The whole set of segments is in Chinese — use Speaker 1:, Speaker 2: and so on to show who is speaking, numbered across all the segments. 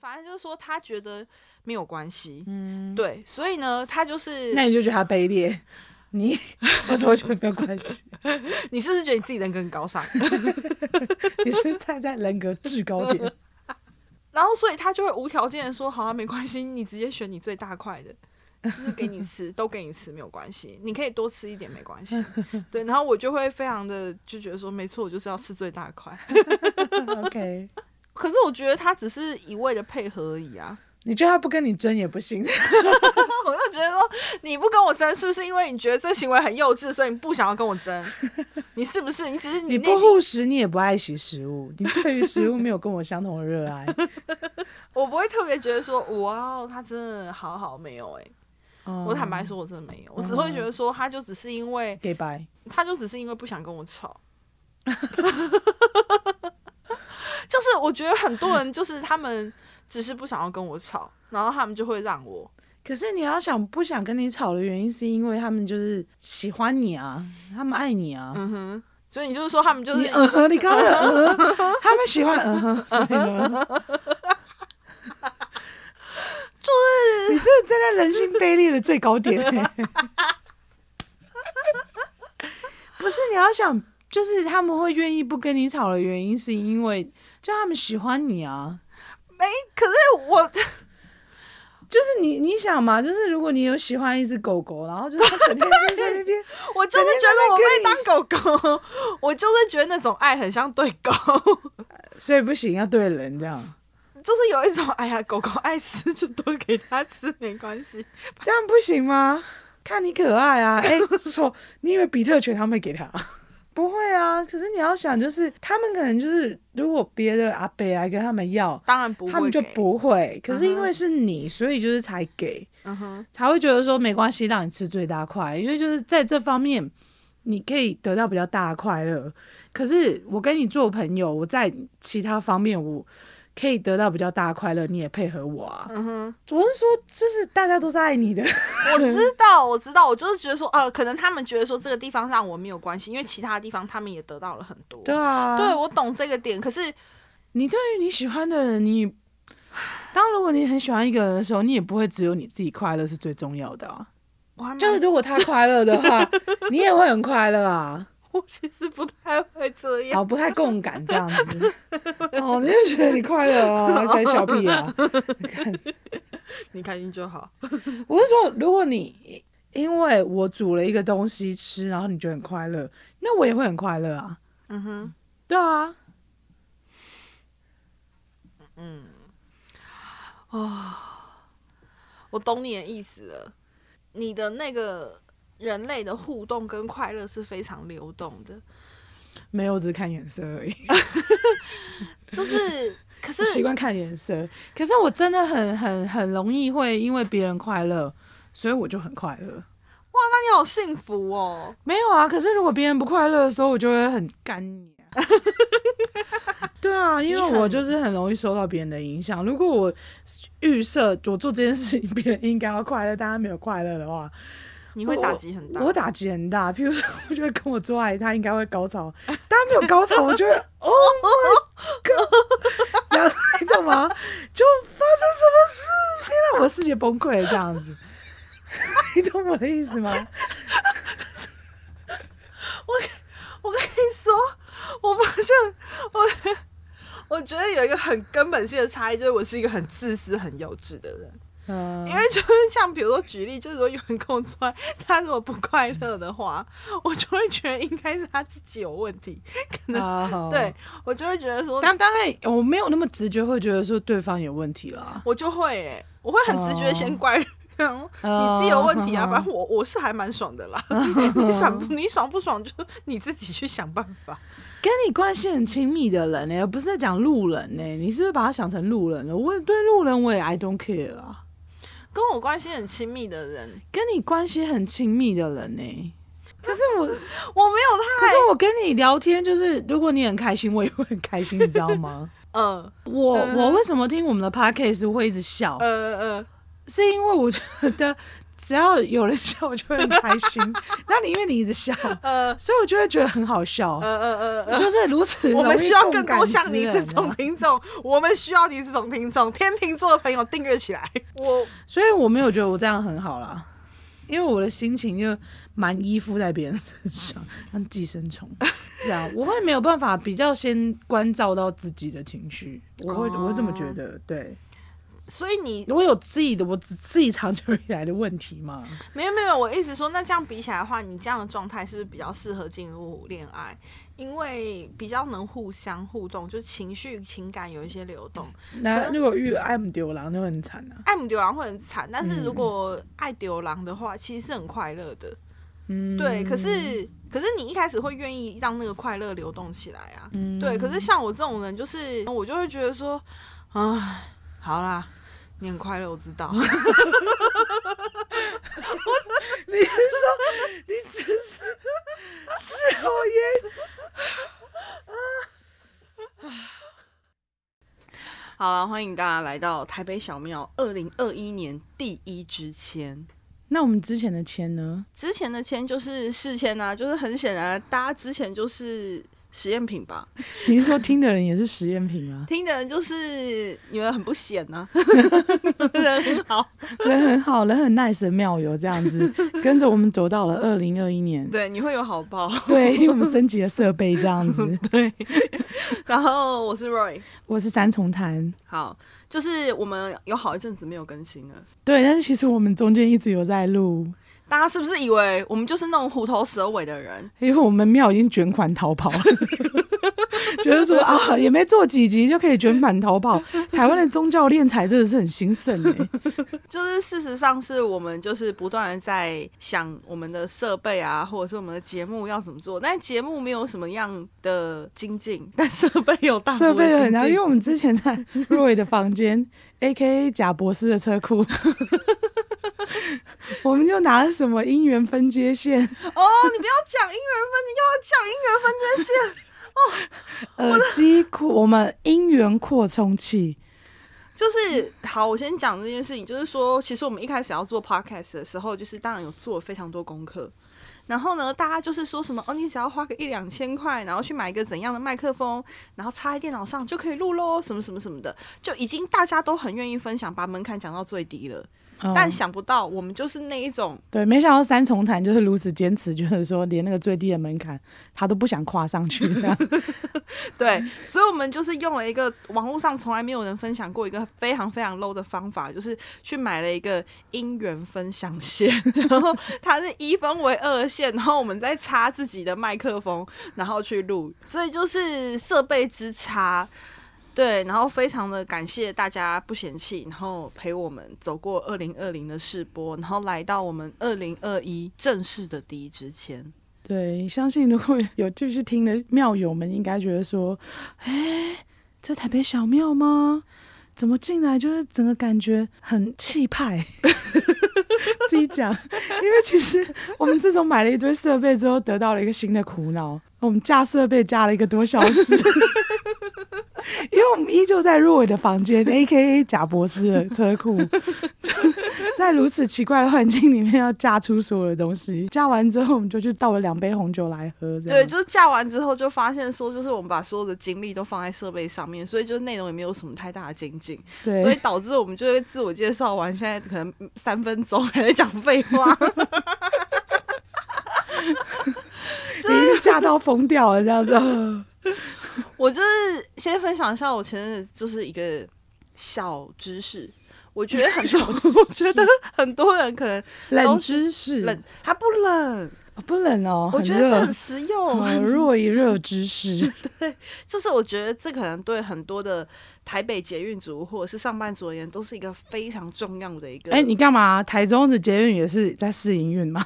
Speaker 1: 反正就是说他觉得没有关系，
Speaker 2: 嗯，
Speaker 1: 对，所以呢，他就是
Speaker 2: 那你就觉得他卑劣。 你我怎么觉得没有关系？
Speaker 1: 你是不是觉得你自己人更高尚？
Speaker 2: 你是站在人格制高点，
Speaker 1: 然后所以他就会无条件的说，好啊，没关系，你直接选你最大块的。就是给你 吃，都给你吃没有关系，你可以多吃一点没关系。对，然后我就会非常的就觉得说，没错，我就是要吃最大块。
Speaker 2: OK？
Speaker 1: 可是我觉得他只是一味的配合而已啊。
Speaker 2: 你觉得他不跟你争也不行，
Speaker 1: 我就觉得说，你不跟我争，是不是因为你觉得这行为很幼稚，所以你不想要跟我争？你是不是？你只是
Speaker 2: 你
Speaker 1: 内
Speaker 2: 不
Speaker 1: 心，
Speaker 2: 护食，你也不爱惜食物，你对于食物没有跟我相同的热爱。
Speaker 1: 我不会特别觉得说，哇，哦他真的好好没有哎、
Speaker 2: 我
Speaker 1: 我坦
Speaker 2: 嗯
Speaker 1: 白说，我真的没有，我只会觉得说，他就只是因为，
Speaker 2: 给白，
Speaker 1: 他就只是因为不想跟我吵。 就是我觉得很多人就是他们只是不想要跟我吵，然后他们就会让我。
Speaker 2: 可是你要想不想跟你吵的原因，是因为他们就是喜欢你啊，他们爱你啊。
Speaker 1: 嗯哼，所以你就是说他们就是
Speaker 2: 你嗯哼，你刚刚的嗯哼，他们喜欢嗯哼，所以呢，就是 你真的站在人性卑劣的最高点、欸。 不是你要想，就是他们会愿意不跟你吵的原因，是因为就他们喜欢你啊。
Speaker 1: 没，可是我
Speaker 2: 就是你，你想嘛，就是如果你有喜欢一只狗狗，然后就是它整天就在那边，
Speaker 1: 我就是觉得我被当狗 狗，我就是觉得那种爱很像对狗，
Speaker 2: 所以不行，要对人这样，
Speaker 1: 就是有一种哎呀，狗狗爱吃就多给它吃没关系。
Speaker 2: 这样不行吗？看你可爱啊，哎、丑，你以为比特犬他们会给他？不会啊，可是你要想，就是他们可能就是，如果别的阿伯来跟他们要，
Speaker 1: 当然不会，
Speaker 2: 他们就，不会。可是因
Speaker 1: 嗯
Speaker 2: 为
Speaker 1: 哼
Speaker 2: 是你，所以就是才给，
Speaker 1: 嗯哼，
Speaker 2: 才会觉得说没关系，让你吃最大块，因为就是在这方面你可以得到比较大的快乐。可是我跟你做朋友，我在其他方面我可以得到比较大的快乐，你也配合我啊。
Speaker 1: 嗯哼，
Speaker 2: 我是说，就是大家都是爱你的，
Speaker 1: 我知道，我知道，我就是觉得说，呃，可能他们觉得说这个地方让我没有关系，因为其他地方他们也得到了很多。
Speaker 2: 对啊，
Speaker 1: 对，我懂这个点，可是
Speaker 2: 你对于你喜欢的人，你当如果你很喜欢一个人的时候，你也不会只有你自己快乐是最重要的啊。
Speaker 1: 我还蛮
Speaker 2: 就是如果他快乐的话， 你也会很快乐啊。
Speaker 1: 我其实不太会这样。
Speaker 2: 好，哦不太共感这样子，哦，你就觉得你快乐啊，才小屁啊。
Speaker 1: 你开心就好。
Speaker 2: 我是说，如果你因为我煮了一个东西吃，然后你觉得很快乐，那我也会很快乐啊。
Speaker 1: 嗯哼，
Speaker 2: 对啊，
Speaker 1: 我懂你的意思了。你的那个人类的互动跟快乐是非常流动的，
Speaker 2: 没有，我只是看眼色而已。
Speaker 1: 就是可是
Speaker 2: 我习惯看脸色。可是我真的很很很容易会因为别人快乐，所以我就很快乐。
Speaker 1: 那你好幸福哦。
Speaker 2: 没有啊，可是如果别人不快乐的时候，我就会很干你啊。 对啊，因
Speaker 1: 你很
Speaker 2: 为我就是很容易受到别人的影响。如果我预设我做这件事情，别人应该要快乐，但他没有快乐的话，
Speaker 1: 你会打击很大。
Speaker 2: 我打击很大。譬如说，我觉得跟我做爱，他应该会高潮，但他没有 高潮，我就会哦 my god，这样你懂吗？就发生什么事，现在我的世界崩溃了这样 子，你懂我的意思吗？
Speaker 1: 我跟你说，我发现我我觉得有一个很根本性的差异，就是我是一个很自私、很幼稚的人。
Speaker 2: 嗯
Speaker 1: 因，为就是像比如说举例，就是说有人跟我说 他如果不快乐的话，我就会觉得应该是他自己有问题。
Speaker 2: 啊
Speaker 1: 对。我就会觉得说，
Speaker 2: 当当然，我没有那么直觉会觉得说对方有问题啦。
Speaker 1: 我就会、欸，我会很直觉地先怪人。 你
Speaker 2: 哦
Speaker 1: 自己有问题啊，反正我我是还蛮爽的啦。你爽不你爽不爽就你自己去想办法。
Speaker 2: 跟你关系很亲密的人呢、而不是在讲路人呢、你是不是把他想成路人了？我也对路人我也 I don't care 啊。
Speaker 1: 跟我关系很亲密的人，
Speaker 2: 跟你关系很亲密的人呢、可是我，
Speaker 1: 我
Speaker 2: 可
Speaker 1: 没有他，
Speaker 2: 是我跟你聊天，就是如果你很开心，我也会很开心，你知道 吗？
Speaker 1: 嗯
Speaker 2: 我
Speaker 1: 呃
Speaker 2: 呃我为什么听我们的 podcast 会一直笑？
Speaker 1: 呃呃，
Speaker 2: 是因为我觉得只要有人笑，我就会很开 心。然后你因为你一直笑，
Speaker 1: 呃
Speaker 2: 所以我就会觉得很好笑，
Speaker 1: 呃呃呃 呃，
Speaker 2: 就是如此
Speaker 1: 我们
Speaker 2: 容易
Speaker 1: 需要
Speaker 2: 共
Speaker 1: 更
Speaker 2: 感
Speaker 1: 多像
Speaker 2: 之
Speaker 1: 你这
Speaker 2: 人
Speaker 1: 种
Speaker 2: 啊
Speaker 1: 听众，我们需要你这种听众。天秤座的朋友订阅起来。 我
Speaker 2: 所以我没有觉得我这样很好啦，因为我的心情就蛮依附在别人身上，像寄生虫。 是啊，我会没有办法比较先关照到自己的情绪，我
Speaker 1: 哦
Speaker 2: 会、我会这么觉得。对，
Speaker 1: 所以你
Speaker 2: 我有自己的我自自己长久以来的问题嘛。
Speaker 1: 没有没有，我一直说，那这样比起来的话，你这样的状态是不是比较适合进入恋爱？因为比较能互相互动，就是情绪情感有一些流动。
Speaker 2: 那如果遇爱姆丢狼就很惨啊。
Speaker 1: 爱姆丢狼会很惨，但是如果爱丢狼的话，其实是很快乐的。
Speaker 2: 嗯，
Speaker 1: 对，可是可是你一开始会愿意让那个快乐流动起来啊。
Speaker 2: 嗯
Speaker 1: 对，可是像我这种人，就是我就会觉得说，啊，好啦，你很快乐，我知道。
Speaker 2: 你是说你只是是哦我也
Speaker 1: 好了，欢迎大家来到台北小庙二零二一年第一支签。
Speaker 2: 那我们之前的签呢？
Speaker 1: 之前的签就是试签啊，就是很显然，大家之前就是实验品吧。
Speaker 2: 你是说 听的人也是实验品啊？
Speaker 1: 听的人就是你们很不显 呐、啊，人很好。
Speaker 2: 人很好，人很 nice 的妙友这样 子，跟着我们走到了二零二一年。
Speaker 1: 对，你会有好报。
Speaker 2: 对，因为我们升级了设备这样 子。
Speaker 1: 然后我是 Roy，
Speaker 2: 我是三重潭，
Speaker 1: 好，就是我们有好一阵子没有更新了。
Speaker 2: 对，但是其实我们中间一直有在录，
Speaker 1: 大家是不是以为我们就是那种虎头蛇尾的人？
Speaker 2: 因为我们庙已经卷款逃 跑了。就是说啊，也没做几集就可以卷款逃跑，台湾的宗教敛财真的是很兴盛哎、
Speaker 1: 就是事实上是我们就是不断的在想我们的设备啊，或者是我们的节目要怎么做，但节目没有什么样的精进，但设备有大幅
Speaker 2: 设
Speaker 1: 的
Speaker 2: 备很
Speaker 1: 精
Speaker 2: 大，
Speaker 1: 进
Speaker 2: 因为我们之前在 Roy 的房间，A K A 贾博士的车库， 我们就拿了什么姻缘分界线、
Speaker 1: 哦，你不要讲姻缘分，又要讲姻缘分界线，
Speaker 2: 耳机扩，我们姻缘扩充器，
Speaker 1: 就是好，我先讲这件事情，就是说，其实我们一开始要做 podcast 的时候，就是当然有做非常多功课。然后呢，大家就是说什么哦，你只要花个一两千块，然后去买一个怎样的麦克风，然后插在电脑上就可以录喽，什么什么什么的，就已经大家都很愿意分享，把门槛讲到最低了。
Speaker 2: 嗯
Speaker 1: 但想不到，我们就是那一种，
Speaker 2: 对，没想到三重潭就是如此坚持，就是说连那个最低的门槛他都不想跨上去，这样
Speaker 1: 对，所以我们就是用了一个网络上从来没有人分享过一个非常非常 low 的方法，就是去买了一个姻缘分享线，然后它是一分为二的线，然后我们再插自己的麦克风，然后去录，所以就是设备之差。对，然后非常的感谢大家不嫌弃，然后陪我们走过二零二零的试播，然后来到我们二零二一正式的第一支签。
Speaker 2: 对，相信如果有继续听的庙友们，应该觉得说，哎，这台北小庙吗？怎么进来就是整个感觉很气 派？自己讲，因为其实我们自从买了一堆设备之后，得到了一个新的苦恼，我们架设备架了一个多小时。 因为我们依旧在入围的房间，A K A 贾博士的车库， 就在如此奇怪的环境里面要架出所有的东西。架完之后，我们就去倒了两杯红酒来喝，这
Speaker 1: 对，
Speaker 2: 样
Speaker 1: 就是架完之后就发现说，就是我们把所有的精力都放在设备上面，所以就是内容也没有什么太大的精进，
Speaker 2: 对
Speaker 1: 所以导致我们就会自我介绍完，现在可能三分钟还在讲废 话。
Speaker 2: 已经架到疯掉了，这样子。
Speaker 1: 我就是先分享一下我前阵子就是一个小知识，我觉 得很多，我觉得很多人可能
Speaker 2: 冷知识，
Speaker 1: 冷，它不冷，
Speaker 2: 哦不冷哦，
Speaker 1: 我
Speaker 2: 很
Speaker 1: 觉得这
Speaker 2: 热
Speaker 1: 很，实用。
Speaker 2: 哦若一热知识。
Speaker 1: 就是我觉得这可能对很多的台北捷运族或者是上班族而言，都是一个非常重要的一个。
Speaker 2: 哎，你干嘛？台中的捷运也是在试 营运嘛，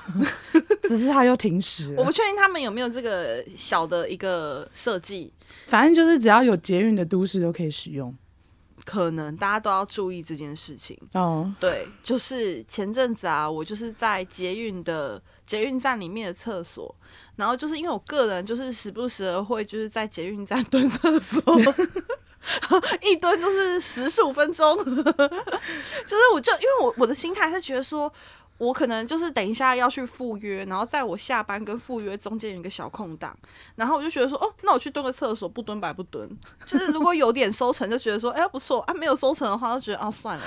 Speaker 2: 只是它又停驶
Speaker 1: 我
Speaker 2: 了
Speaker 1: 不。确定他们有没有这个小的一个设计，
Speaker 2: 反正就是只要有捷运的都市都可以使用。
Speaker 1: 可能大家都要注意这件事情。
Speaker 2: 哦，
Speaker 1: 对，就是前阵子啊，我就是在捷运的捷运站里面的厕所，然后就是因为我个人就是时不时的会就是在捷运站 蹲厕所。一蹲就是十数分钟，就是我就因为我我的心态是觉得说，我可能就是等一下要去赴约，然后在我下班跟赴约中间有一个小空档，然后我就觉得说，哦，那我去蹲个厕所，不蹲白不蹲。就是如果有点收成，就觉得说，哎、不错啊；没有收成的话，就觉得啊，算了。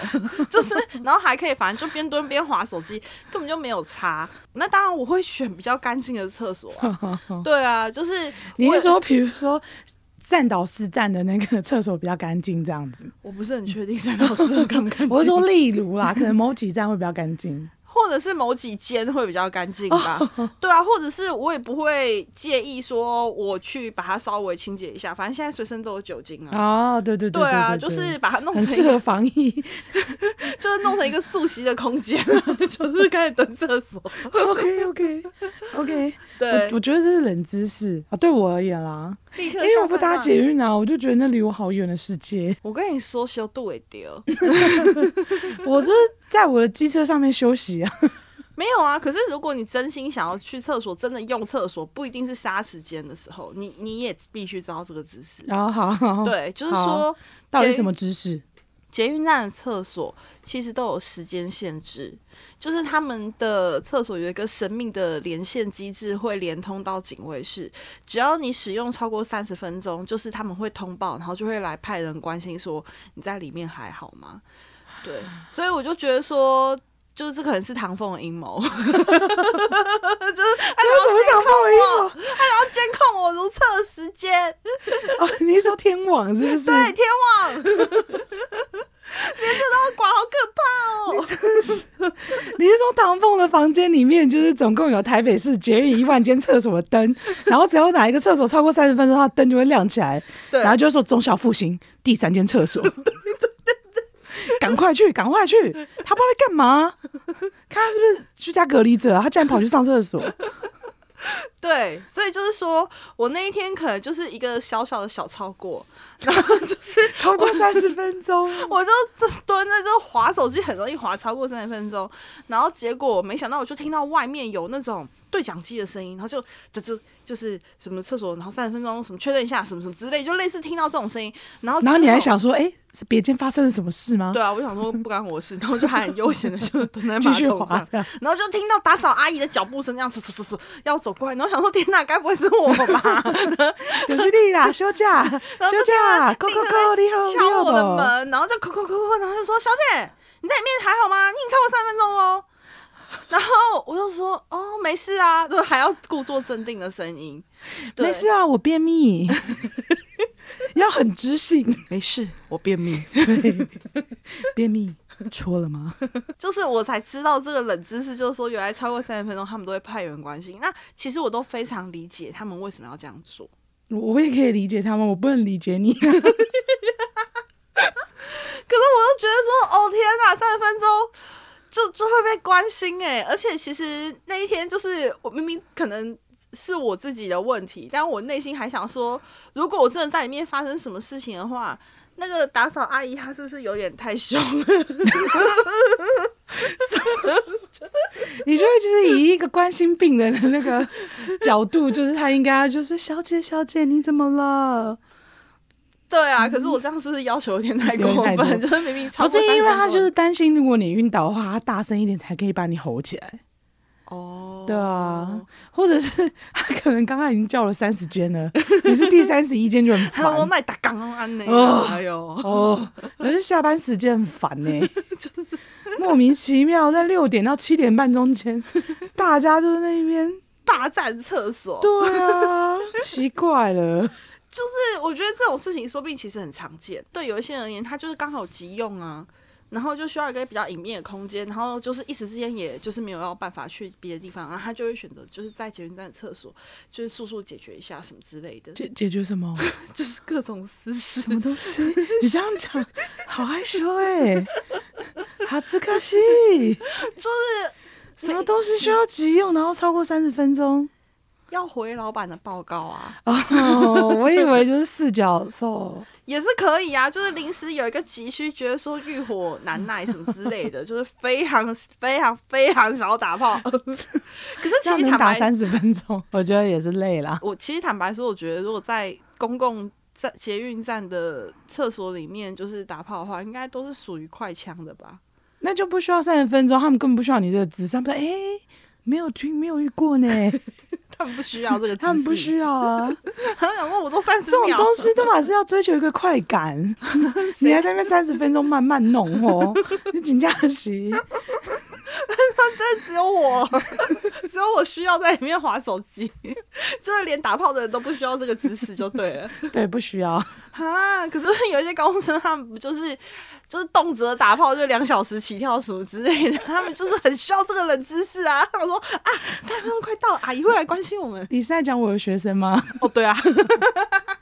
Speaker 1: 就是，然后还可以，反正就边蹲边划手机，根本就没有差。那当然我会选比较干净的厕所、啊，对啊，就是
Speaker 2: 你
Speaker 1: 我
Speaker 2: 是说，比如说站岛式站的那个 厕所比较干净这样子？
Speaker 1: 我不是很确定三老师干不干净，
Speaker 2: 我是说，例如啦，可能某几站会比较 干净。
Speaker 1: 或者是某几间会比较干净吧，
Speaker 2: 哦
Speaker 1: 对啊，或者是我也不会介意说我去把它稍微清洁一下，反正现在随身都有酒精啊。
Speaker 2: 哦，对对
Speaker 1: 对
Speaker 2: 对
Speaker 1: 啊，
Speaker 2: 对
Speaker 1: 就是把它弄
Speaker 2: 很
Speaker 1: 成
Speaker 2: 适
Speaker 1: 一个，
Speaker 2: 合 防疫。
Speaker 1: 就是弄成一个素席的空间，啊 就是开始蹲厕 所。
Speaker 2: OK OK OK，
Speaker 1: 对
Speaker 2: 我，我觉得这是冷知识啊，对我而言啦，
Speaker 1: 立刻
Speaker 2: 因为我不
Speaker 1: 下班
Speaker 2: 搭
Speaker 1: 啊
Speaker 2: 捷运啊，我就觉得那离我好远的世界。
Speaker 1: 我跟你说，修度也丢。
Speaker 2: 我就是在我的机车上面休息啊。
Speaker 1: 没有啊，可是如果你真心想要去厕所，真的用厕所，不一定是杀时间的时候，你你也必须知道这个知识。
Speaker 2: 然后好，哦好，
Speaker 1: 对，就是说
Speaker 2: 到底什么知识？
Speaker 1: 捷运站的厕所其实都有时间限制，就是他们的厕所有一个神秘的连线机制，会连通到警卫室。只要你使用超过三十分钟，就是他们会通报，然后就会来派人关心说你在里面还好吗？对，所以我就觉得说，就是这可能是唐凤的阴谋， 就是
Speaker 2: 这有什么想放了一
Speaker 1: 他监控我如厕的时间。
Speaker 2: 哦，你是说天网是不是？
Speaker 1: 对，天 网，连这都要管，好可怕哦！
Speaker 2: 你是说唐凤的房间里面，就是总共有台北市捷运一万间厕所的灯，然后只要哪一个厕所超过三十分钟，它灯就会亮起来，
Speaker 1: 对
Speaker 2: 然后就会说中小复兴第三间厕所，赶快去，赶快去，他不知道在干嘛，看他是不是居家隔离者啊、他竟然跑去上厕所，
Speaker 1: 对，所以就是说我那一天可能就是一个小小的小超 过，然后就是
Speaker 2: 超过三十分钟，
Speaker 1: 我就这蹲在这划手机，很容易划超过三十分钟，然后结果没想到我就听到外面有那种对讲机的声音，然后就就是就是什么厕所，然后三十分钟什么确认一下什么什么之类，就类似听到这种声音，然后
Speaker 2: 然后
Speaker 1: 之
Speaker 2: 你还
Speaker 1: 后
Speaker 2: 想说，哎、是别间发生了什么事吗？
Speaker 1: 哦对啊，我就想说不干我事，然后就还很悠闲的就蹲在
Speaker 2: 继
Speaker 1: 马
Speaker 2: 续
Speaker 1: 桶
Speaker 2: 滑
Speaker 1: 上，然后就听到打扫阿姨的脚步声，这样子嗖嗖嗖要走过来，然后想说天哪，该不会是我吧？
Speaker 2: 有是你啦，休假，休假，啊扣扣扣，你好，
Speaker 1: 敲我的
Speaker 2: 你好不好。
Speaker 1: 门，然后就叩叩叩叩，然后就说小姐你在里面还好吗？你已经超过三分钟喽。然后我就说哦没事啊，就还要故作镇定的声音，对
Speaker 2: 没事啊，我便秘， 要很知性。
Speaker 1: 没事，我便秘。
Speaker 2: 便秘戳了吗？
Speaker 1: 就是我才知道这个冷知识，就是说原来超过三十分钟他们都会派人关心。那其实我都非常理解他们为什么要这样做。
Speaker 2: 我我也可以理解他们，我不能理解 你。
Speaker 1: 可是我就觉得说，哦天哪，三十分钟就就会被关心哎、而且其实那一天就是我明明可能。是我自己的问题，但我内心还想说，如果我真的在里面发生什么事情的话，那个打扫阿姨她是不是有点太凶了？
Speaker 2: 你就会就是以一个关心病人的那个角度，就是他应该要就是小姐小姐你怎么了？
Speaker 1: 对啊，可是我这样是不是要求有点太过
Speaker 2: 有点太多
Speaker 1: 分？就是明明超
Speaker 2: 不
Speaker 1: 过
Speaker 2: 是
Speaker 1: 30
Speaker 2: 因为他
Speaker 1: 分钟
Speaker 2: 就是担心，如果你晕倒的话，他大声一点才可以把你吼起来，
Speaker 1: 哦，
Speaker 2: 对啊，或者是他可能刚刚已经叫了三十间了， 你是第三十一间就很
Speaker 1: 还有我
Speaker 2: 烦。
Speaker 1: 卖打刚安呢
Speaker 2: 哦，
Speaker 1: 哎呦，
Speaker 2: 哦，可是下班时间很烦呢、 莫名其妙在六点到七点半中间， 大家都在那边
Speaker 1: 霸占厕所，
Speaker 2: 对啊，奇怪了。
Speaker 1: 就是我觉得这种事情说不定其实很常见，对有一些人而言，他就是刚好急用啊。然后就需要一个比较隐秘的空间，然后就是一时之间，也就是没有要办法去别的地方，然后他就会选择就是在捷运站的厕所，就是速速解决一下什么之类的，就
Speaker 2: 解解决 什么
Speaker 1: 就是各种私事。
Speaker 2: 什么东西？ 你这样讲，好害羞哎、好恥可惜。
Speaker 1: 就是
Speaker 2: 什么东西需要急用，然后超过三十分钟？
Speaker 1: 要回老板的报告啊，
Speaker 2: 哦，我以为就是四角 兽。
Speaker 1: 也是可以啊，就是临时有一个急需，觉得说欲火难耐什么之类 的，就是非常非常非常想要打炮。可是其
Speaker 2: 这样
Speaker 1: 实
Speaker 2: 能
Speaker 1: 坦
Speaker 2: 打
Speaker 1: 白，
Speaker 2: 三十分钟， 我觉得也是累啦。
Speaker 1: 我其实坦白说，我觉得如果在公共站、捷运站的厕所里面就是打炮的话，应该都是属于快枪的吧？
Speaker 2: 那就不需要三十分钟，他们根本不需要你这个姿势，他们说哎、没有听没有遇过呢，
Speaker 1: 他们不需要这个姿势，
Speaker 2: 他们不需要啊，
Speaker 1: 他们想说我都三
Speaker 2: 这
Speaker 1: 十
Speaker 2: 种
Speaker 1: 秒，
Speaker 2: 东西都嘛是要追求一个快 感，你还在那边三十分钟慢慢弄 哦，你请假期
Speaker 1: 但只有 我，只有我需要在里面划手机， 就是连打炮的人都不需要这个姿势就对了
Speaker 2: 对不需要，
Speaker 1: 啊。可是 有一些高中生，他们不就是就是动辄打炮就两小时起跳什么之类的，他们就是很需要这个冷知识啊。他们说啊，三分钟快到了，阿姨会来关心我们。
Speaker 2: 你是在讲我的学生吗？
Speaker 1: 哦，对啊，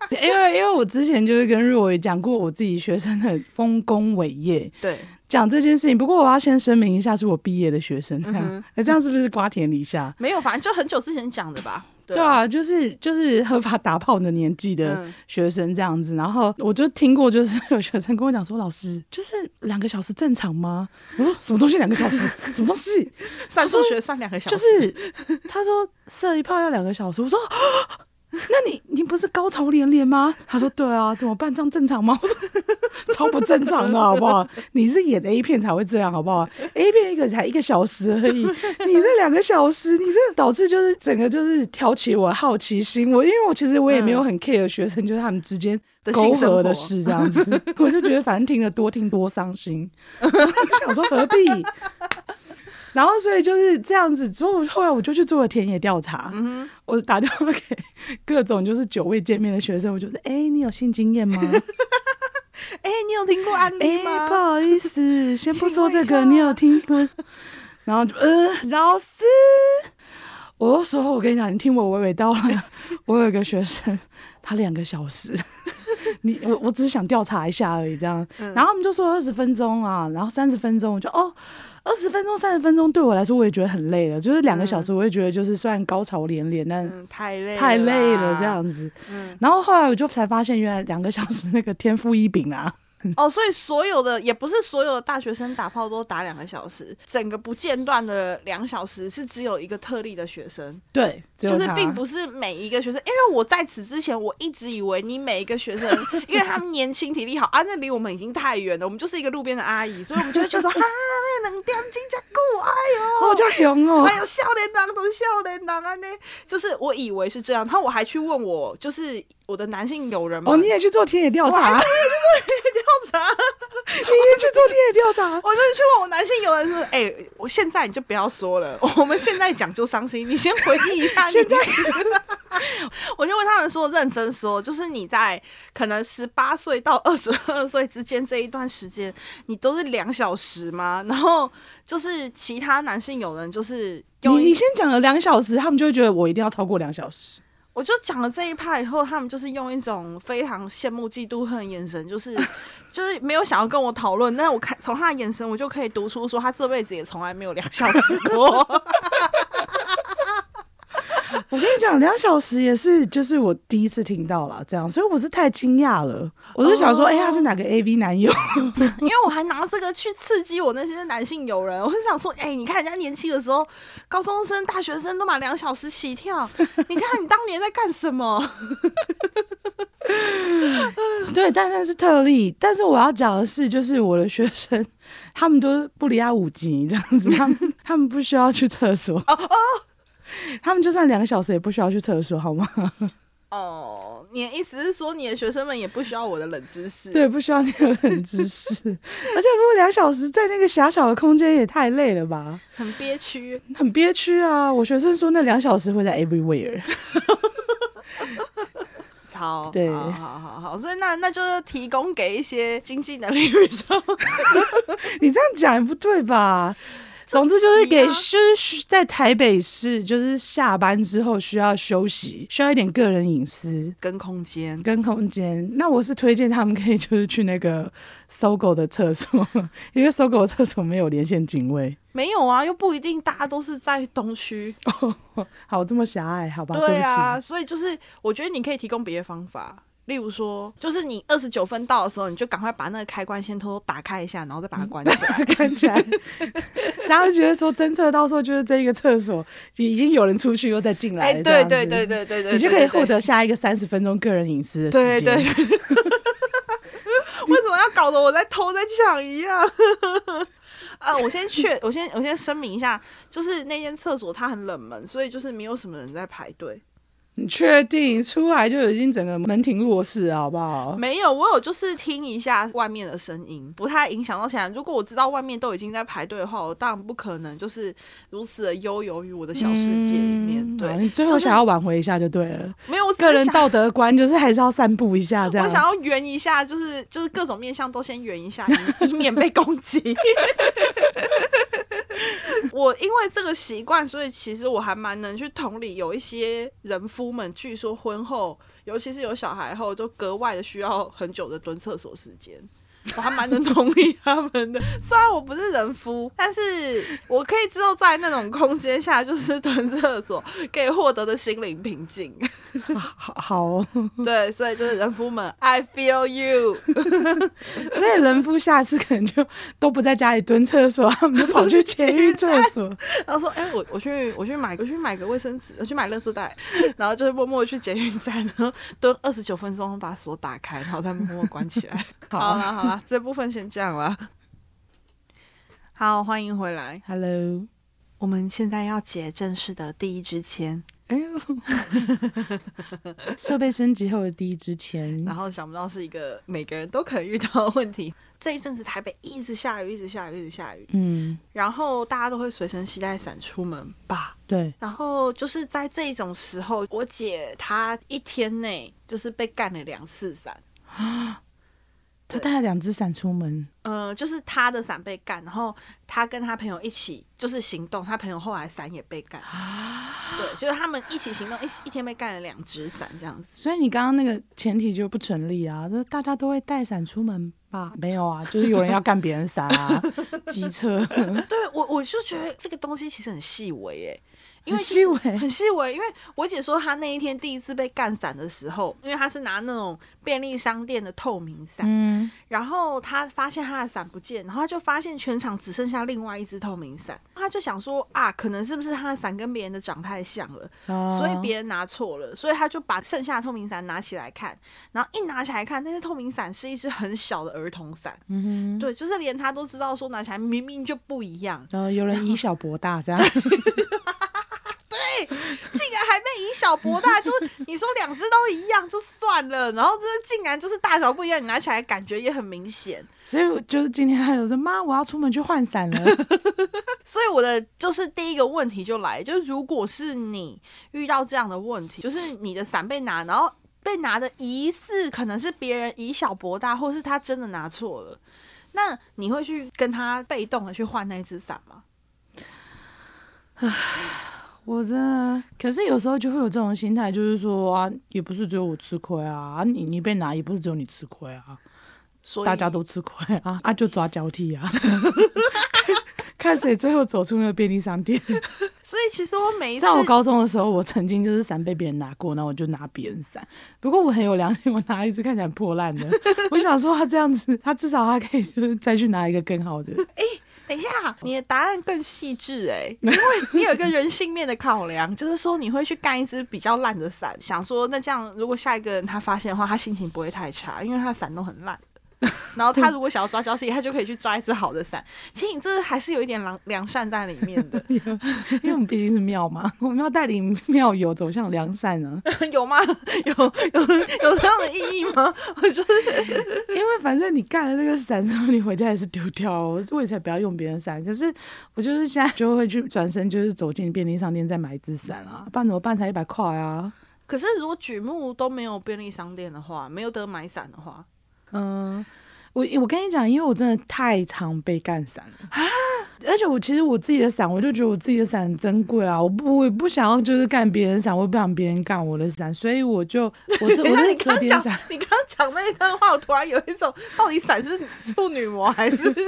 Speaker 2: 因为因为我之前就是跟若伟讲过我自己学生的丰功伟业，
Speaker 1: 对，
Speaker 2: 讲这件事情。不过我要先声明一下，是我毕业的学生，这
Speaker 1: 嗯
Speaker 2: 样
Speaker 1: 哼、
Speaker 2: 哎这样是不是瓜田李下？
Speaker 1: 没有，反正就很久之前讲的吧。对
Speaker 2: 对啊，就是就是合法打炮的年纪的
Speaker 1: 嗯
Speaker 2: 学生这样子，然后我就听过，就是有学生跟我讲说，老师，就是两个小时正常吗？我说什么东西两个小时，什么东西？
Speaker 1: 算数学算两个小时，
Speaker 2: 啊就是他说射一炮要两个小时，我说。 啊那你你不是高潮连连吗？他说对啊，怎么办？这样正常吗？我说 超不正常的好不好？你是演 A 片才会这样好不好？A 片一个才一个小时而已，你这两个小时，你这导致就是整个就是挑起我好奇心。我因为我其实我也没有很 care 学生，就是他们之间
Speaker 1: 的性
Speaker 2: 勾
Speaker 1: 生
Speaker 2: 合的
Speaker 1: 活
Speaker 2: 事这样子， 我就觉得反正听得多听多伤心，我想说何必？ 然后所以就是这样子，之后后来我就去做了田野调查，
Speaker 1: 嗯
Speaker 2: 我打电话给各种就是久未见面的学生，我就说：“哎、你有性经验吗？
Speaker 1: 哎、你有听过安
Speaker 2: 哎、
Speaker 1: 利吗？
Speaker 2: 不好 意思，先不说这
Speaker 1: 请
Speaker 2: 个，
Speaker 1: 问一下
Speaker 2: 你有听过？”然后就呃，老师，我那时候我跟你讲，你听我娓娓道 来，我有一个学生，他两个小时。你我我只是想调查一下而已，这样。
Speaker 1: 嗯
Speaker 2: 然后他们就说二十分钟啊，然后三十分钟，我就哦，二十分钟、三十分钟对我来说我也觉得很累了，就是两个小时，我也觉得就是虽然高潮连连，但
Speaker 1: 嗯，太累
Speaker 2: 太累
Speaker 1: 了
Speaker 2: 了
Speaker 1: 啦
Speaker 2: 这。样子。
Speaker 1: 嗯
Speaker 2: 然后后来我就才发现，原来两个小时那个天赋异禀啊，
Speaker 1: 哦，所以所有的也不是所有的大学生打炮都打两个小时，整个不间断的两小时是只有一个特例的学生，
Speaker 2: 对，只有
Speaker 1: 就是
Speaker 2: 他
Speaker 1: 并不是每一个学生。因为我在此之前我一直以为你每一个学生，因为他们年轻体力好啊，那离我们已经太远了，我们就是一个路边的阿姨，所以我们就会觉得说 啊，那能点金加固，哎
Speaker 2: 哦，
Speaker 1: 呦。
Speaker 2: 叫熊哦
Speaker 1: 还，有笑脸郎同笑脸郎啊呢，就是我以为是这样，然后我还去问我就是我的男性友人嘛，
Speaker 2: 哦， 你也去做田野调 查，你
Speaker 1: 调查，
Speaker 2: 也去做田野调 查。
Speaker 1: 我就去问我男性友人说：“哎、我现在你就不要说了，我们现在讲就伤心，你先回忆一下你。”
Speaker 2: 现在，
Speaker 1: 我就问他们说：“认真说，就是你在可能十八岁到二十二岁之间这一段时间，你都是两小时吗？然后就是其他男性友人就是
Speaker 2: 你
Speaker 1: 用一
Speaker 2: 你先讲了两小时，他们就会觉得我一定要超过两小时。
Speaker 1: 我就讲了这一趴以后，他们就是用一种非常羡慕、嫉妒、恨的眼神，就是 就是没有想要跟我讨论。但我看从他的眼神，我就可以读出说他这辈子也从来没有两小时 过。
Speaker 2: 我跟你讲，两小时也是就是我第一次听到了这样，所以我是太惊讶了，我就想说，
Speaker 1: 哦
Speaker 2: 哎、他是哪个 AV 男友？
Speaker 1: 因为我还拿这个去刺激我那些男性友人，我就想说，哎、你看人家年轻的时候，高中生、大学生都满两小时起 跳，你看你当年在干什么？
Speaker 2: 对，但那是特例。但是我要讲的是，就是我的学生，他们都不离开五级这样子，他们 他们不需要去厕所。哦哦，他们就算两个小时也不需要去厕所，好吗？
Speaker 1: 哦，你的意思是说，你的学生们也不需要我的冷知识？
Speaker 2: 对，不需要那个冷知识。 而且如果两小时在那个狭小的空间也太累了吧，
Speaker 1: 很憋屈。
Speaker 2: 很憋屈啊！我学生说那两小时会在 everywhere。
Speaker 1: 好，
Speaker 2: 对
Speaker 1: 好好好好，所以那那就是提供给一些经济能力比较，
Speaker 2: 你这样讲也不对吧？总之就是给就是在台北市，就是下班之后需要休息，需要一点个人隐私
Speaker 1: 跟空间。
Speaker 2: 跟空间。那我是推荐他们可以就是去那个搜狗的厕所，因为搜狗的厕所没有连线警卫。
Speaker 1: 没有啊，又不一定大家都是在东区，
Speaker 2: 哦好，这么狭隘，好吧，
Speaker 1: 对
Speaker 2: 不
Speaker 1: 啊，
Speaker 2: 起。
Speaker 1: 所以就是我觉得你可以提供别的方法。例如说，就是你二十九分到的时候，你就赶快把那个开关先偷偷打开一下，然后再把它关起来。
Speaker 2: 看 起来，大家觉得说侦测到时候就是这一个厕所已经有人出去又再进 来
Speaker 1: 哎、
Speaker 2: 了，这
Speaker 1: 对
Speaker 2: 样
Speaker 1: 对
Speaker 2: 子
Speaker 1: 对对对对，
Speaker 2: 你就可以
Speaker 1: 对
Speaker 2: 获。得下一个三十分钟个人隐私的时
Speaker 1: 对
Speaker 2: 间。
Speaker 1: 对 对为什么要搞得我在偷在抢一样？ 呃，我先确，我先我先声明一下，就是那间厕所它很冷门，所以就是没有什么人在排队。
Speaker 2: 你确定出来就已经整个门庭若市了，好不好？
Speaker 1: 没有，我有就是听一下外面的声音，不太影响到其他人。如果我知道外面都已经在排队的话，我当然不可能就是如此的悠游于我的小世界里面。
Speaker 2: 嗯好
Speaker 1: 对，
Speaker 2: 你最后
Speaker 1: 就是
Speaker 2: 想要挽回一下就对了。
Speaker 1: 没有，我只
Speaker 2: 个
Speaker 1: 是
Speaker 2: 人
Speaker 1: 想。
Speaker 2: 道德观就是还是要散步一下这
Speaker 1: 我想
Speaker 2: 样。
Speaker 1: 要圆一下，就是就是各种面相都先圆一下，以以免被攻击。我因为这个习惯，所以其实我还蛮能去同理有一些人夫们，据说婚后，尤其是有小孩后，就格外的需要很久的蹲厕所时间。我还蛮能同理他们的， 虽然我不是人夫，但是我可以知道在那种空间下，就是蹲厕所可以获得的心灵平静。
Speaker 2: 好好、哦，
Speaker 1: 对，所以就是人夫们，I feel you。
Speaker 2: 所以人夫下次可能就都不在家里蹲厕所，他们就 跑去监狱厕所。
Speaker 1: 然后说，哎、我我去我去买我去买个卫生纸，我去买垃圾袋，然后就是默默地去捷运站，然后蹲二十九分钟，把锁打开，然后再默默关起来。好
Speaker 2: 好
Speaker 1: 啦好啦，这部分先这样啦。好，欢迎回来。
Speaker 2: ，Hello，
Speaker 1: 我们现在要结正式的第一支签，
Speaker 2: 哎呦， 设备升级后的第一支签
Speaker 1: 然，后想不到是一个每个人都可能遇到的问题。这一阵子台北一直下雨，一直下雨，一直下雨，
Speaker 2: 嗯，
Speaker 1: 然后大家都会随身携带伞出门吧。
Speaker 2: 对，
Speaker 1: 然后就是在这种时候，我姐她一天内就是被干了两次伞，
Speaker 2: 他带了两只伞出门，
Speaker 1: 呃，就是她的伞被干，然后她跟她朋友一起就是行动，她朋友后来伞也被 干，对，就是他们一起行动，一起一天被干了两只伞这样子。
Speaker 2: 所以你刚刚那个前提就不成立啊，就是大家都会带伞出门吧？没有啊，就是有人要干别人伞 啊，机车，
Speaker 1: 对我，我就觉得这个东西其实很细微耶，因为
Speaker 2: 很
Speaker 1: 其
Speaker 2: 细
Speaker 1: 实
Speaker 2: 微
Speaker 1: 很细微。因为我姐说她那一天第一次被干伞的时候，因为她是拿那种便利商店的透明伞，
Speaker 2: 嗯，
Speaker 1: 然后他发现他的伞不见，然后他就发现全场只剩下另外一只透明伞，他就想说啊，可能是不是他的伞跟别人的长太像了，
Speaker 2: 哦嗯
Speaker 1: 所以别人拿错了，所以他就把剩下的透明伞拿起来看，然后一拿起来看，那只透明伞是一只很小的儿童伞，
Speaker 2: 嗯
Speaker 1: 对，就是连他都知道说拿起来明明就不一样，
Speaker 2: 哼，呃，有人以小博大这样。
Speaker 1: 竟然还被以小博大，就是你说两只都一样就算了，然后就是竟然就是大小不一样，你拿起来感觉也很明显。
Speaker 2: 所以我就是今天还有说，妈，我要出门去换伞了。
Speaker 1: 所以我的就是第一个问题就来，就是如果是你遇到这样的问题，就是你的伞被拿，然后被拿的疑似可能是别人以小博大，或是他真的拿错了，那你会去跟他被动的去换那只伞吗？
Speaker 2: 我真的，可是有时候就会有这种心态，就是说啊，也不是只有我吃亏啊，啊你你被拿也不是只有你吃亏啊，
Speaker 1: 所以
Speaker 2: 大家都吃亏啊，啊就抓交替啊， 看谁最后走出那个便利商店。
Speaker 1: 所以其实我每一次
Speaker 2: 在我高中的时候，我曾经就是伞被别人拿过，然后我就拿别人伞。不过我很有良心，我拿一只看起来很 破烂的，我想说他这样子，他至少他可以就是再去拿一个更好的。
Speaker 1: 等一下，你的答案更细致 哎，因为你有一个人性面的考量，就是说你会去干一只比较烂的伞，想说那这样如果下一个人他发现的话，他心情不会太差，因为他的伞都很 烂。然后他如果想要抓交替，他就可以去抓一只好的伞。其实你这还是有一点良良善在里面的，
Speaker 2: 因为我们毕竟是庙嘛，我们要带领庙友走向良善啊。
Speaker 1: 有吗？ 有有有这样的意义吗？ 我就是
Speaker 2: 因为反正你盖了这个伞之后，你回家也是 丢掉哦，我我也才不要用别人伞。可是我就是现在就会去转身，就是走进便利商店再买一支伞啊，不然怎么办？才一百块啊。
Speaker 1: 可是如果举目都没有便利商店的话，没有得买伞的话，
Speaker 2: 嗯，我我跟你讲，因为我真的太常被干伞了啊！而且我其实我自己的伞，我就觉得我自己的伞很珍贵啊，我不我也不想要就是干别人伞，我也不想别人干我的伞，所以我就我 这我
Speaker 1: 等一下
Speaker 2: 是
Speaker 1: 你
Speaker 2: 折
Speaker 1: 刚
Speaker 2: 叠
Speaker 1: 讲
Speaker 2: 伞。，
Speaker 1: 你刚讲那一段话，我突然有一种，到底伞是处女膜还是？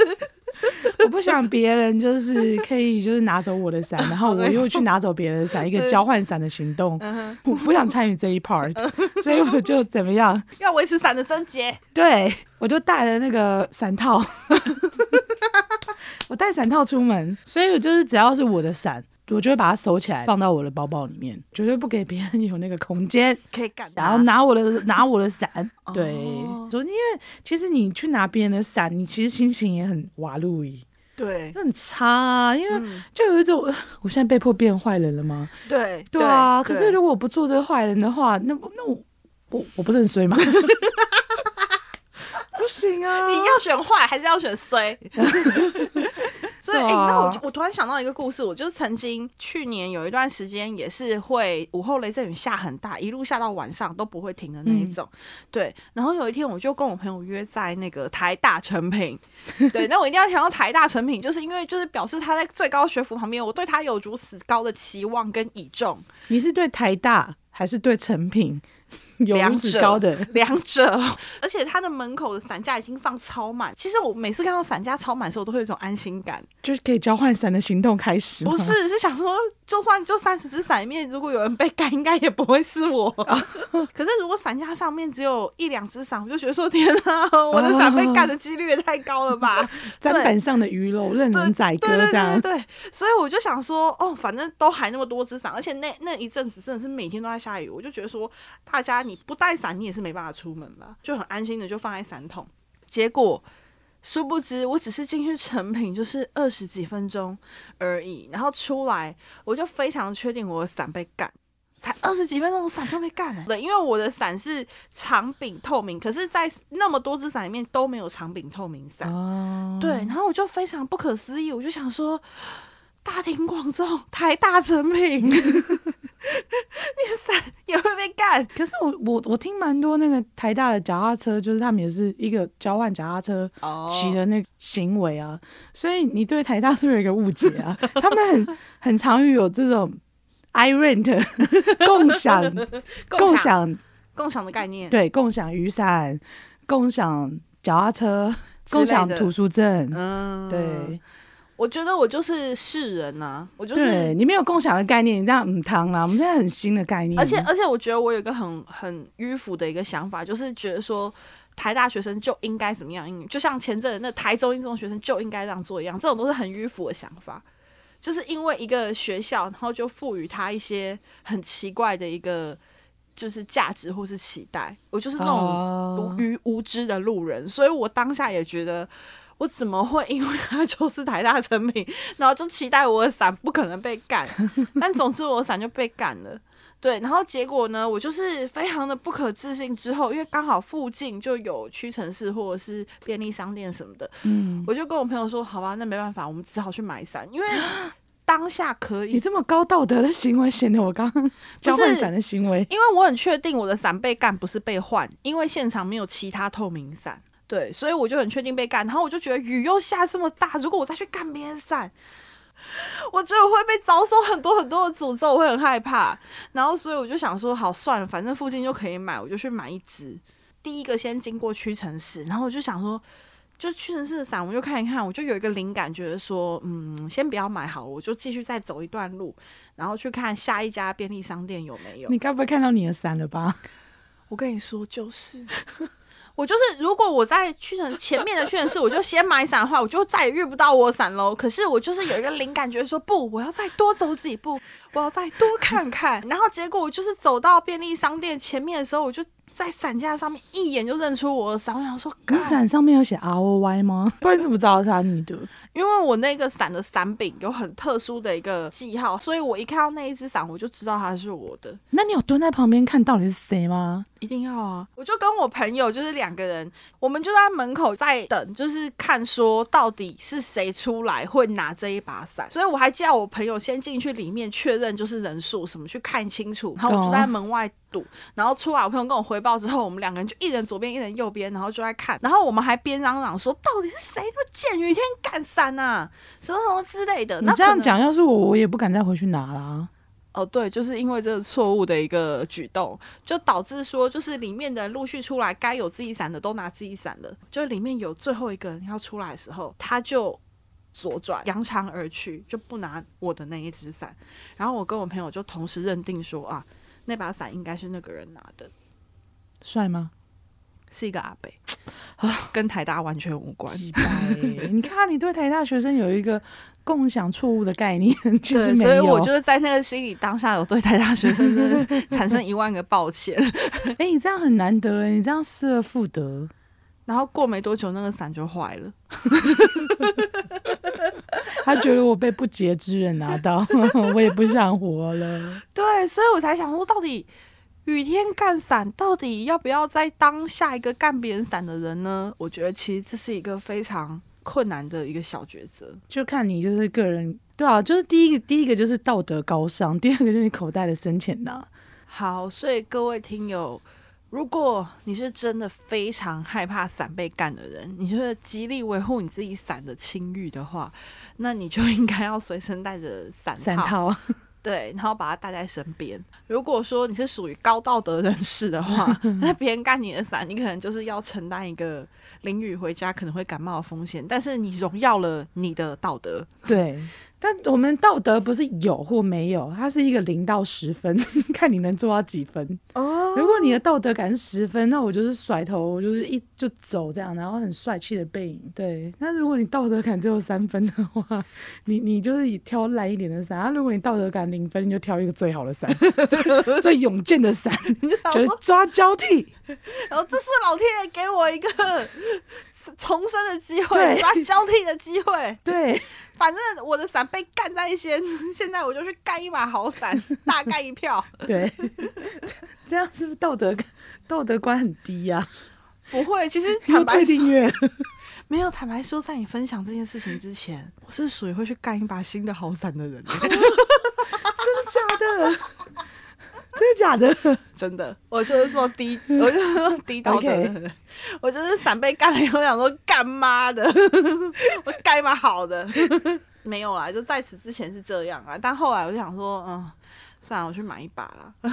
Speaker 2: 我不想别人就是可以就是拿走我的伞，然
Speaker 1: 哦
Speaker 2: 后我又去拿走别人的伞，一个交换伞的行动。
Speaker 1: 嗯
Speaker 2: 我不想参与这 一 part，所以我就怎么样？
Speaker 1: 要维持伞的贞洁。
Speaker 2: 对我就带了那个伞 套，我带伞套出门，所以我就是只要是我的伞，我就会把它收起来放到我的包包里面，绝对不给别人有那个空间。
Speaker 1: 可以干
Speaker 2: 然后
Speaker 1: 嘛？
Speaker 2: 拿我的拿我的伞，对
Speaker 1: 哦，
Speaker 2: 就因为其实你去拿别人的伞，你其实心情也很瓦路伊。
Speaker 1: 对
Speaker 2: 那很差啊，因为
Speaker 1: 嗯
Speaker 2: 就有一种 我现在被迫变坏人了吗？
Speaker 1: 对
Speaker 2: 对啊，可是如果我不做这个坏人的话，那我那我我我不认衰吗？ 不行啊！
Speaker 1: 你要选坏还是要选衰？ 所以，
Speaker 2: 对啊
Speaker 1: 诶那我就我突然想到一个故事，我就曾经去年有一段时间也是会午后雷阵雨下很大，一路下到晚上都不会停的那
Speaker 2: 嗯
Speaker 1: 一种。对，然后有一天我就跟我朋友约在那个台大成品，对，那我一定要想到台大成品，就是因为就是表示他在最高学府旁边，我对他有如此高的期望跟倚重。
Speaker 2: 你是对台大还是对成品 有
Speaker 1: 两
Speaker 2: 如此高的？
Speaker 1: 两者， 而且它的门口的伞架已经放超满。其实我每次看到伞架超满的时候，我都会有一种安心感。
Speaker 2: 就是可以交换伞的行动开始吗？
Speaker 1: 不是，是想说，就算就三十只伞里面，如果有人被干，应该也不会是我。 可是如果伞架上面只有一两只伞，我就觉得说，天啊，我的伞被干的几率也太高了吧？
Speaker 2: 砧板上的鱼肉任人宰割
Speaker 1: 对对
Speaker 2: 这样
Speaker 1: 对对。对，所以我就想说，哦，反正都还那么多只伞，而且那那一阵子真的是每天都在下雨，我就觉得说，大家你不带伞你也是没办法出门吧，就很安心的就放在伞桶。结果殊不知，我只是进去成品就是二十几分钟而已，然后出来我就非常确定我的伞被干。才二十几分钟，我伞就被干了、对，因为我的伞是长柄透明，可是，在那么多只伞里面都没有长柄透明伞。
Speaker 2: 哦，
Speaker 1: 对，然后我就非常不可思议，我就想说，大庭广众，台大成品， 你的伞也会被干，
Speaker 2: 可是我我我听蛮多那个台大的脚踏车，就是他们也是一个交换脚踏车
Speaker 1: 哦
Speaker 2: 骑的那个行为啊，所以你对台大是不是有一个误解啊？他们很很常有这种 i rent 共享共
Speaker 1: 共享
Speaker 2: 享
Speaker 1: 共享的概念，
Speaker 2: 对共享雨伞、共享脚踏车、
Speaker 1: 之类
Speaker 2: 共享
Speaker 1: 的
Speaker 2: 图书证，
Speaker 1: 嗯，
Speaker 2: 对，
Speaker 1: 我觉得我就是世人呐、我就
Speaker 2: 对
Speaker 1: 是。
Speaker 2: 你没有共享的概念，你这样嗯汤啦，我们现在很新的概念，
Speaker 1: 而且而且，我觉得我有一个很很迂腐的一个想法，就是觉得说台大学生就应该怎么样，就像前阵子那台中一中学生就应该这样做一样，这种都是很迂腐的想法，就是因为一个学校，然后就赋予他一些很奇怪的一个就是价值或是期待，我就是那种
Speaker 2: 哦
Speaker 1: 无于无知的路人，所以我当下也觉得，我怎么会因为他就是台大成品，然后就期待我的伞不可能被干，但总之我的伞就被干了。对，然后结果呢，我就是非常的不可置信。之后，因为刚好附近就有屈臣氏或者是便利商店什么的，
Speaker 2: 嗯，
Speaker 1: 我就跟我朋友说，好吧，那没办法，我们只好去买伞，因为 当下可以
Speaker 2: 你这么高道德的行为，显得我刚刚交换伞的行为
Speaker 1: 因为我很确定我的伞被干不是被换，因为现场没有其他透明伞。对，所以我就很确定被干，然后我就觉得雨又下这么大，如果我再去干别人伞， 我觉得我会被遭受很多很多的诅咒，我会很害怕。然后，所以我就想说，好算了，反正附近就可以买，我就去买一支。第一个先经过屈臣氏，然后我就想说，就屈臣氏的伞，我就看一看，我就有一个灵感，觉得说，嗯，先不要买好了，我就继续再走一段路，然后去看下一家便利商店有没有。
Speaker 2: 你该不会看到你的伞了吧？
Speaker 1: 我跟你说，就是。我就是，如果我在屈臣前面的屈臣氏，我就先买伞的话，我就再也遇不到我的伞喽。可是我就是有一个灵感，觉得说不，我要再多走几步，我要再多看看。然后结果我就是走到便利商店前面的时候，我就在伞架上面一眼就认出我的伞。我想说，
Speaker 2: 你
Speaker 1: 干
Speaker 2: 伞上面有写 R O Y 吗？ 不然你怎么知道它是你的？
Speaker 1: 因为我那个伞的伞柄有很特殊的一个记号，所以我一看到那一只伞，我就知道它是我的。
Speaker 2: 那你有蹲在旁边看到底是谁吗？
Speaker 1: 一定要啊！我就跟我朋友就是两个人，我们就在门口在等，就是看说到底是谁出来会拿这一把伞。所以我还叫我朋友先进去里面确认就是人数什么，去看清
Speaker 2: 哦
Speaker 1: 楚。然后我就在门外堵，然后出来，我朋友跟我回报之后，我们两个人就一人左边一人右边，然后就在看。然后我们还边嚷嚷说，到底是谁那么贱，雨天干伞啊，什么什么之类的。
Speaker 2: 你
Speaker 1: 呃那
Speaker 2: 这样
Speaker 1: 可能
Speaker 2: 讲，要是我，我也不敢再回去拿啦。
Speaker 1: 哦，对，就是因为这个错误的一个举动，就导致说，就是里面的人陆续出来，该有自己伞的都拿自己伞了，就里面有最后一个人要出来的时候，他就左转，扬长而去，就不拿我的那一只伞。然后我跟我朋友就同时认定说，啊，那把伞应该是那个人拿的，
Speaker 2: 帅吗？
Speaker 1: 是一个阿北，跟台大完全无关。
Speaker 2: 鸡掰欸你看，你对台大学生有一个共享错误的 概念，其实
Speaker 1: 对，
Speaker 2: 没
Speaker 1: 所以
Speaker 2: 有。
Speaker 1: 我就是在那个心理当下，有对台大学生真的是产生一万个抱歉。
Speaker 2: 哎、你这样很难得哎、你这样失而复得。
Speaker 1: 然后过没多久，那个伞就坏了。
Speaker 2: 他觉得我被不洁之人拿到， 我也不想活了。
Speaker 1: 对，所以我才想说，到底雨天干伞，到底要不要再当下一个干别人伞的人呢？我觉得其实这是一个非常困难的一个小抉择。
Speaker 2: 就看你就是个人，对啊，就是第一个第一个就是道德高尚，第二个就是你口袋的深浅呐、
Speaker 1: 好，所以各位听友，如果你是真的非常害怕伞被干的人，你就是极力维护你自己伞的清誉的话，那你就应该要随身带着伞
Speaker 2: 三套，
Speaker 1: 对，然后把它带在身边。如果说你是属于高道德人士的 话，那别人干你的伞，你可能就是要承担一个淋雨回家可能会感冒的风险，但是你荣耀了你的道德。
Speaker 2: 对。但我们道德不是有或没有，它是一个零到十分， 看你能做到几分。
Speaker 1: 哦，
Speaker 2: 如果你的道德感是十分，那我就是甩头，我就是一就走这样，然后很帅气的背影。对，那如果你道德感只有三分的话，你你就是挑烂一点的伞；，啊、如果你道德感零分，你就挑一个最好的伞，最最勇健 的伞，觉得抓交替。
Speaker 1: 然后这是老天爷给我一个 重生的机会，
Speaker 2: 对
Speaker 1: 抓交替的机会。
Speaker 2: 对，
Speaker 1: 反正我的伞被干在一些， 现在我就去干一把好伞，大干一票。
Speaker 2: 对， 这样是不是道德感道德观很低呀、
Speaker 1: 不会， 其实
Speaker 2: 又
Speaker 1: 坦白
Speaker 2: 退
Speaker 1: 说
Speaker 2: 订阅了，
Speaker 1: 没有，坦白说，在你分享这件事情之 前，我是属于会去干一把新的好伞的人，
Speaker 2: 真的假的？真的假的？
Speaker 1: 真的，我就是做 低，我就是做低道德的人，我就是伞被干了以后想说干妈的， 我干一把好的， 没有啦，就在此之前是这样啊，但后来我就想说，嗯，算了，我去买一把啦，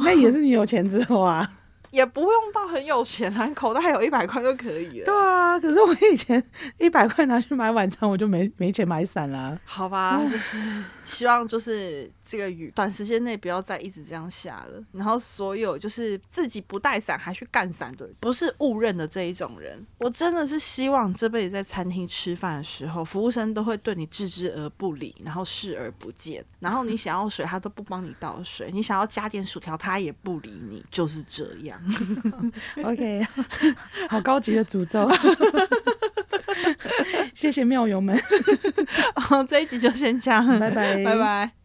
Speaker 2: 那也是你有钱之后啊。
Speaker 1: 也不用到很有钱啦，口袋有一百块就可以了
Speaker 2: 对。啊，可是我以前一百块拿去买晚餐，我就没没钱买伞啦。
Speaker 1: 好吧，
Speaker 2: 哦
Speaker 1: 就是希望就是这个雨短时间内不要再一直这样下了。然后所有就是自己不带伞还去干伞的人，不是误认的这一种人，我真的是希望这辈子在餐厅吃饭的时候，服务生都会对你置之而不理，然后视而不见。然后你想要水，他都不帮你倒水；你想要加点薯条，他也不理你，就是这样。
Speaker 2: OK，好高级的诅咒。 谢谢妙友们，
Speaker 1: 好，这一集就先这样，
Speaker 2: 拜拜，
Speaker 1: 拜拜。